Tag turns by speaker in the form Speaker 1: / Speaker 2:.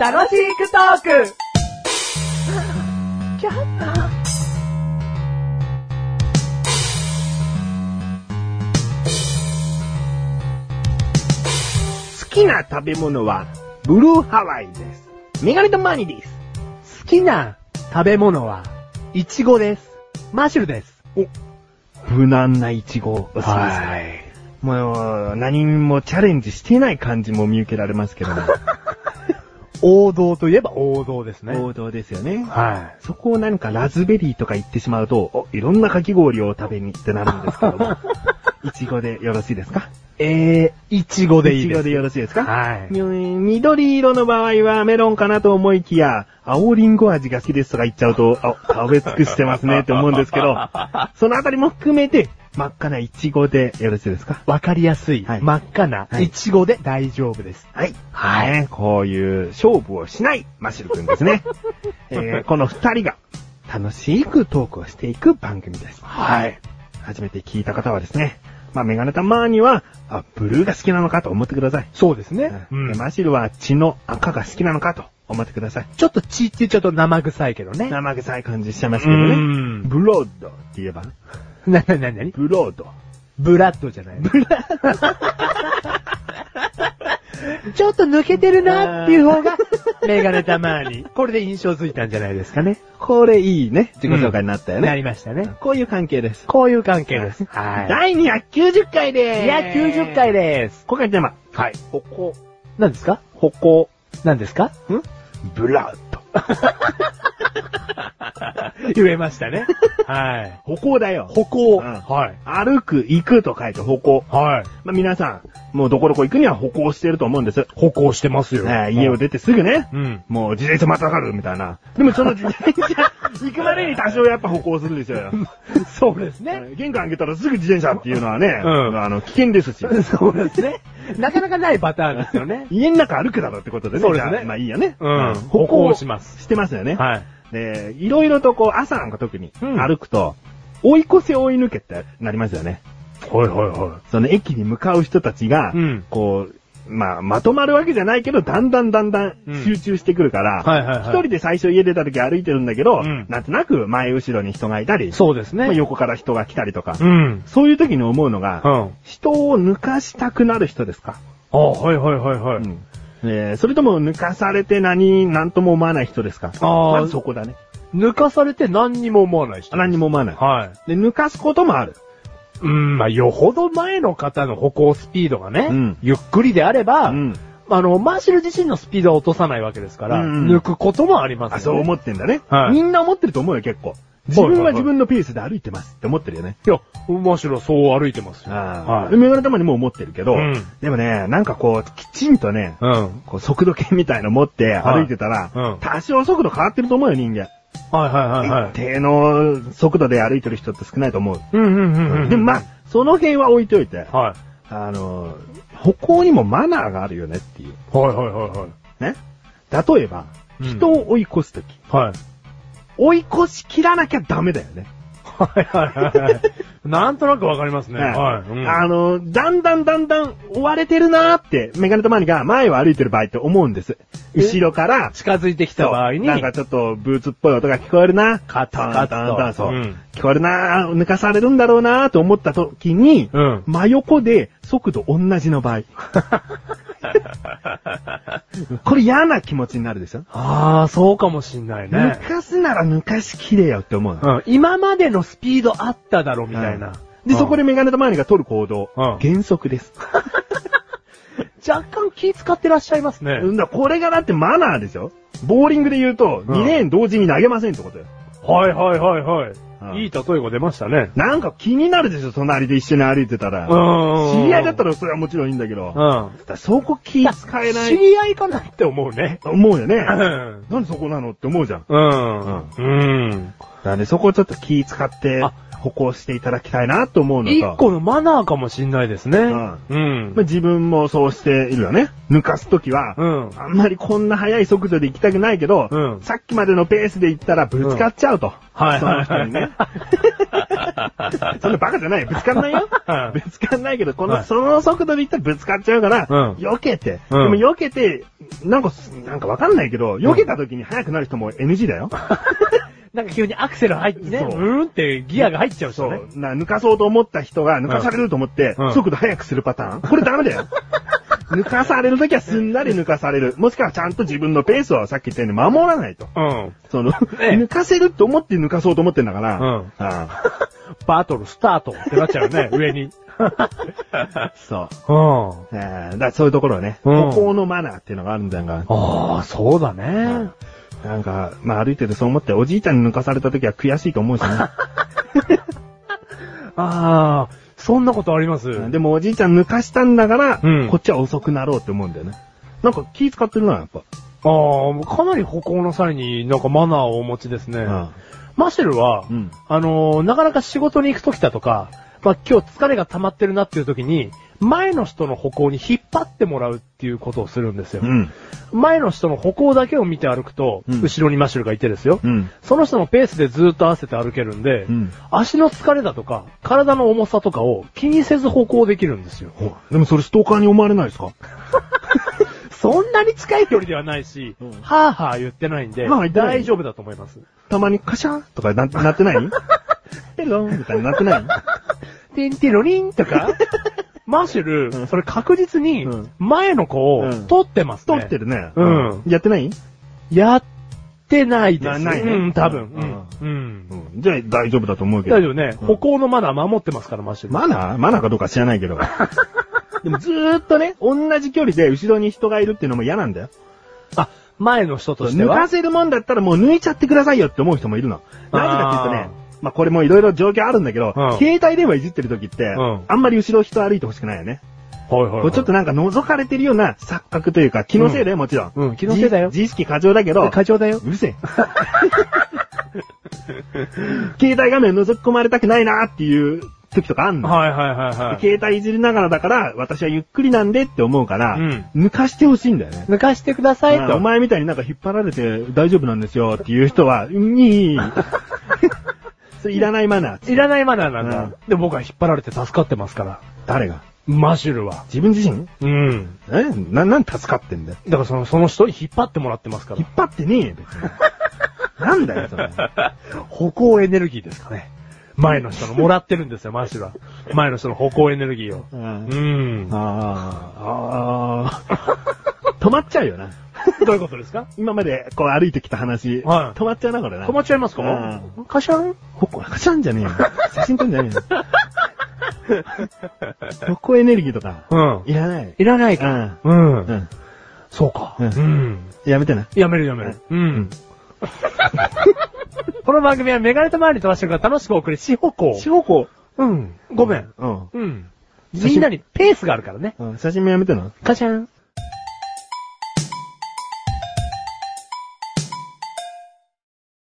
Speaker 1: 楽しくトーク
Speaker 2: 好きな食べ物は、ブルーハワイです。メガネとマニーです。好きな食べ物は、イチゴです。マッシュルです。
Speaker 3: 無難なイチゴ。
Speaker 2: はい。
Speaker 3: い。もう、何もチャレンジしてない感じも見受けられま すけども。
Speaker 2: 王道といえば王道ですね。
Speaker 3: 王道ですよね。
Speaker 2: は
Speaker 3: そこをなんかラズベリーとか言ってしまうと、お、いろんなかき氷を食べにってなるんですけど も。イチゴでよろしいですか
Speaker 2: い。えー、イチゴでいい
Speaker 3: イチ
Speaker 2: で
Speaker 3: ゴ
Speaker 2: す。
Speaker 3: でよろしいですか
Speaker 2: はい
Speaker 3: み緑色の場合はメロンかなと思いきや、青リンゴ味が好きですとか言っちゃうと、あ、食べ尽くしてますねって思うんです けど、そのあたりも含めて、真っ赤なイチゴでよろしいですか
Speaker 2: わかりやすい、
Speaker 3: はい
Speaker 2: 真っ赤な、
Speaker 3: はい
Speaker 2: イチゴで大丈夫です。
Speaker 3: はい。はい。こういう勝負をしないマシル君です ね。えーこの二人が楽しくトークをしていく番組です。
Speaker 2: はい。
Speaker 3: 初めて聞いた方はですね、まあ、メガネたまーには、あ、ブルーが好きなのかと思ってください。
Speaker 2: そうですね。
Speaker 3: でマシルは血の赤が好きなのかと思ってください。
Speaker 2: ちょっと血って言っちゃうと生臭いけどね。
Speaker 3: 生臭い感じしちゃいますけどね。
Speaker 2: ん
Speaker 3: ブロードって言えば、
Speaker 2: な、な、な、なに
Speaker 3: ブロード。
Speaker 2: ブラッドじゃない。ブラッド。ちょっと抜けてるなっていう方が、メガネたまーに。これで印象づいたんじゃないですかね。
Speaker 3: これいいね。自己紹介になったよ
Speaker 2: な
Speaker 3: ね。
Speaker 2: りましたね。
Speaker 3: こういう関係です。
Speaker 2: こういう関係です。は
Speaker 3: 第290回
Speaker 2: い。
Speaker 3: で
Speaker 2: い
Speaker 3: す。
Speaker 2: や、90回です。
Speaker 3: 今回のテーマ、
Speaker 2: はい。
Speaker 3: 歩行、
Speaker 2: 何ですか
Speaker 3: 歩行、
Speaker 2: 何ですか
Speaker 3: んブラッド。
Speaker 2: 言えましたね。はい。
Speaker 3: 歩行だよ。
Speaker 2: 歩行。
Speaker 3: うん
Speaker 2: はい。
Speaker 3: 歩く、行くと書いて歩行。
Speaker 2: はい。
Speaker 3: まあ、皆さん、もうどこどこ行くには歩行してると思うんです。
Speaker 2: 歩行してますよ。
Speaker 3: ね家を出てすぐね、
Speaker 2: うん。
Speaker 3: もう自転車またがるみたいな。でもその自転車、行くまでに多少やっぱ歩行するでしょうよ。
Speaker 2: そうですね。
Speaker 3: 玄関開けたらすぐ自転車っていうのはね、
Speaker 2: うん
Speaker 3: あの、危険ですし。。
Speaker 2: そうですね。なかなかないパターンですよね
Speaker 3: 家の中歩くだろうってことでね。
Speaker 2: そうですね
Speaker 3: じゃあまあいいやね。
Speaker 2: うん歩
Speaker 3: 歩
Speaker 2: 行
Speaker 3: 行
Speaker 2: します
Speaker 3: してますよね。
Speaker 2: はい。
Speaker 3: で、いろいろとこう、朝なんか特に
Speaker 2: うん
Speaker 3: 歩くと、追い越せ追い抜けってなりますよね。
Speaker 2: はいはいは
Speaker 3: その駅に向かう人たちが、
Speaker 2: うん
Speaker 3: こう、まあ、まとまるわけじゃないけど、だんだんだんだん
Speaker 2: うん
Speaker 3: 集中してくるから、
Speaker 2: はいはいはい
Speaker 3: 一人で最初家出た時歩いてるんだけど、
Speaker 2: うん
Speaker 3: なんとなく前後ろに人がいたり、
Speaker 2: そうです
Speaker 3: まあ
Speaker 2: ね。
Speaker 3: 横から人が来たりとか、
Speaker 2: うん。
Speaker 3: そういう時に思うのが、
Speaker 2: うん。
Speaker 3: 人を抜かしたくなる人ですか、
Speaker 2: あはいはいはいはい。
Speaker 3: うんえーそれとも抜かされて何、何とも思わない人ですか
Speaker 2: あー
Speaker 3: まずそこだね。
Speaker 2: 抜かされて何にも思わない人。
Speaker 3: 何にも思わない。
Speaker 2: はい。
Speaker 3: で、抜かすこともある。
Speaker 2: うん、まあ、よほど前の方の歩行スピードがね、
Speaker 3: うん
Speaker 2: ゆっくりであれば、
Speaker 3: うん
Speaker 2: あの、マーシル自身のスピードは落とさないわけですから、
Speaker 3: うん
Speaker 2: 抜くこともありますよ、
Speaker 3: あ、
Speaker 2: ね。
Speaker 3: そう思ってんだね、
Speaker 2: はい
Speaker 3: みんな思ってると思うよ、結構。自分は自分のペースで歩いてますって思ってるよね。
Speaker 2: いや、マーシルはそう歩いてますよ。
Speaker 3: ああ、
Speaker 2: はい
Speaker 3: メガネ玉にも思ってるけど、
Speaker 2: うん
Speaker 3: でもね、なんかこう、きちんとね、
Speaker 2: うん。
Speaker 3: こう速度計みたいの持って
Speaker 2: はい
Speaker 3: 歩いてたら、
Speaker 2: うん
Speaker 3: 多少速度変わってると思うよ、人間。
Speaker 2: はいはいはいは
Speaker 3: 一
Speaker 2: い。
Speaker 3: 定の速度で歩いてる人って少ないと思う。
Speaker 2: うんうんうんうん。
Speaker 3: でもまあ、その辺は置いといて、
Speaker 2: はい。
Speaker 3: あの、歩行にもマナーがあるよねっていう。
Speaker 2: はいはいはいはい。
Speaker 3: ね。例えば、
Speaker 2: うん
Speaker 3: 人を追い越すとき、
Speaker 2: はい。
Speaker 3: 追い越しきらなきゃダメだよね。
Speaker 2: はいはい はいはい。なんとなくわかりますね。はい。うん
Speaker 3: あの、だんだんだんだん追われてるなーって、メガネとマニが前を歩いてる場合って思うんです。
Speaker 2: え
Speaker 3: 後ろから、
Speaker 2: 近づいてきた場合に、
Speaker 3: なんかちょっとブーツっぽい音が聞こえるな。
Speaker 2: カツ
Speaker 3: タン
Speaker 2: カツと
Speaker 3: タンタンそう、
Speaker 2: うん
Speaker 3: 聞こえるなー抜かされるんだろうなーと思った時に、
Speaker 2: うん
Speaker 3: 真横で速度同じの 場合。これ嫌な気持ちになるでしょ、
Speaker 2: ああ、そうかもしんないね
Speaker 3: 抜。かすなら抜かしきれよって思うの。
Speaker 2: うん、今までのスピードあっただろ、みたいな。
Speaker 3: で、そこでメガネとマニが取る行動、
Speaker 2: うん
Speaker 3: 原則です。
Speaker 2: 若干気使ってらっしゃいますね。
Speaker 3: うんだ、これがだってマナーでしょボーリングで言うと、2レーン同時に投げませんってことよ。
Speaker 2: はいはいはいはい。
Speaker 3: うん
Speaker 2: いい例えが出ましたね。
Speaker 3: なんか気になるでしょ隣で一緒に歩いてたら。
Speaker 2: うん
Speaker 3: 知り合いだったらそれはもちろんいいんだけど。だか
Speaker 2: うん。
Speaker 3: らそこ気使えな
Speaker 2: 知
Speaker 3: い。
Speaker 2: り合いかなって思う ね。
Speaker 3: 思うよね。
Speaker 2: う ん。
Speaker 3: なんでそこなのって思うじゃん。
Speaker 2: うん。うん。
Speaker 3: なんでそこちょっと気使って
Speaker 2: あ、
Speaker 3: 歩行していただきたいなと思うのと。
Speaker 2: 一個のマナーかもしんないですね。
Speaker 3: うん
Speaker 2: うん
Speaker 3: まあ、。自分もそうしているよね。抜かすときは、
Speaker 2: うん。
Speaker 3: あんまりこんな速い速度で行きたくないけど、
Speaker 2: うん
Speaker 3: さっきまでのペースで行ったらぶつかっちゃうと。
Speaker 2: はい
Speaker 3: その人にね。 そんなバカじゃないよ。ぶつかんないよ
Speaker 2: は。い
Speaker 3: ぶつかんないけど、この、
Speaker 2: はい
Speaker 3: その速度で行ったらぶつかっちゃうから、
Speaker 2: うん
Speaker 3: 避けて、
Speaker 2: うん
Speaker 3: でも避けて、なんか、なんかわかんないけど、避けた時に速くなる人も NG だよ。
Speaker 2: なんか急にアクセル入ってね、
Speaker 3: そう
Speaker 2: うーんってギアが入っちゃう
Speaker 3: そ
Speaker 2: 人ね
Speaker 3: う。。な抜かそうと思った人が抜かされると思って、
Speaker 2: うん
Speaker 3: 速度速くするパターン。これダメだ よ。抜かされるときはすんなり抜かされる。もしくはちゃんと自分のペースをさっき言ったように守らないと。
Speaker 2: うん。
Speaker 3: その、
Speaker 2: え
Speaker 3: 抜かせると思って抜かそうと思ってんだから、
Speaker 2: うん
Speaker 3: あ
Speaker 2: バトルスタートってなっちゃうよ ね、上に。
Speaker 3: あ そう。
Speaker 2: うん。
Speaker 3: えーだからそういうところね、
Speaker 2: うん
Speaker 3: 歩行のマナーっていうのがあるんだが、
Speaker 2: ああ、そうだね。
Speaker 3: なんか、まあ歩いててそう思って、おじいちゃんに抜かされた時は悔しいと思うし ね。
Speaker 2: ああ、そんなことあります。
Speaker 3: でもおじいちゃん抜かしたんだから、
Speaker 2: うん
Speaker 3: こっちは遅くなろうって思うんだよね。なんか気使ってるな、やっぱ。
Speaker 2: ああ、かなり歩行の際になんかマナーをお持ちですね。マシェルは、
Speaker 3: うん
Speaker 2: あのーなかなか仕事に行く時だとか、まあ今日疲れが溜まってるなっていう時に、前の人の歩行に引っ張ってもらうっていうことをするんですよ。
Speaker 3: うん。
Speaker 2: 前の人の歩行だけを見て歩くと、
Speaker 3: うん
Speaker 2: 後ろにマシュルがいてですよ。
Speaker 3: うん。
Speaker 2: その人のペースでずっと合わせて歩けるんで、
Speaker 3: うん
Speaker 2: 足の疲れだとか、体の重さとかを気にせず歩行できるんですよ。
Speaker 3: ほでもそれストーカーに思われないですか
Speaker 2: そんなに近い距離ではないし、
Speaker 3: うん
Speaker 2: はぁはぁ言ってないんで、
Speaker 3: はぁ言ってない
Speaker 2: 大丈夫だと思います。
Speaker 3: たまにカシャーとかな なってないペロンみたいになってない
Speaker 2: てんてろりんと か、マーシュル、
Speaker 3: うん
Speaker 2: それ確実に
Speaker 3: うん
Speaker 2: 前の子
Speaker 3: う
Speaker 2: を
Speaker 3: ん
Speaker 2: 取ってますね。
Speaker 3: 撮ってるね。
Speaker 2: うん
Speaker 3: やってない
Speaker 2: やってないで
Speaker 3: な
Speaker 2: す。
Speaker 3: ないね
Speaker 2: うん、多分。
Speaker 3: う
Speaker 2: うん。うん
Speaker 3: うん。じゃあ大丈夫だと思うけど。
Speaker 2: 大丈夫ね。
Speaker 3: うん
Speaker 2: 歩行のマナー守ってますから、マーシュル。
Speaker 3: マナーマナーかどうか知らな いけど。でもずーっとね、同じ距離で後ろに人がいるっていうのも嫌なんだよ。
Speaker 2: あ、前の人として
Speaker 3: 抜
Speaker 2: は
Speaker 3: か。せるもんだったらもう抜いちゃってくださいよって思う人もいるの。なぜかっていうとね、まあこれもいろいろ状況あるんだけど、
Speaker 2: うん
Speaker 3: 携帯電話いじってる時って、
Speaker 2: ん
Speaker 3: あんまり後ろ人歩いてほしくないよね。
Speaker 2: はいはいはい
Speaker 3: こうちょっとなんか覗かれてるような錯覚というか、気のせいだよ、もちろん。
Speaker 2: うん気のせいだよ
Speaker 3: 自自意識過剰だけど、
Speaker 2: 課長だよ。
Speaker 3: う るせえ。携帯画面覗き込まれたくないなっていう時とかあんの。
Speaker 2: はいはいはいはい。
Speaker 3: 携帯いじりながらだから、私はゆっくりなんでって思うから、
Speaker 2: うん
Speaker 3: 抜かしてほしいんだよね。
Speaker 2: 抜かしてください
Speaker 3: まあ
Speaker 2: と。
Speaker 3: お前みたいになんか引っ張られて大丈夫なんで すよっていう人は、うんいいいいいい。それいらないマナー。
Speaker 2: いらないマナーなんだ。
Speaker 3: うん
Speaker 2: で、僕は引っ張られて助かってますから。
Speaker 3: 誰が
Speaker 2: マシュルは。
Speaker 3: 自分自身
Speaker 2: うん。
Speaker 3: えな、なん助かってんだよ。
Speaker 2: だからその、その人に引っ張ってもらってますか
Speaker 3: 引っ張ってねえよ、別 に。なんだよ、それ。
Speaker 2: ら。歩行エネルギーですかね。前の人のもらってるんですよ、マシュルは。前の人の歩行エネルギーを。
Speaker 3: う
Speaker 2: うんん。ど
Speaker 3: あーあー止まっちゃうよな。
Speaker 2: ういうことですか
Speaker 3: 今までこう歩いてきた話、
Speaker 2: はい
Speaker 3: 止まっちゃうな、これな。
Speaker 2: 止まっちゃいます
Speaker 3: う
Speaker 2: か
Speaker 3: ん
Speaker 2: カシャン
Speaker 3: ほこ、しゃんじゃねえよ。写真撮んじゃねえよ。歩行エネルギーとか、
Speaker 2: うん。
Speaker 3: いらない。
Speaker 2: いらないうか。
Speaker 3: ん。
Speaker 2: うん。
Speaker 3: うん。
Speaker 2: そうか。
Speaker 3: う
Speaker 2: うんん。
Speaker 3: やめてな。
Speaker 2: やめるやめる。うん。 この番組はメガネとマリとマシュルが楽しくお送り、しほこ
Speaker 3: 四方向。
Speaker 2: うん。ごめん。
Speaker 3: うん。
Speaker 2: うん。
Speaker 3: 写真
Speaker 2: みんなにペースがあるからね。
Speaker 3: うん。写真もやめてな。
Speaker 2: カシャン。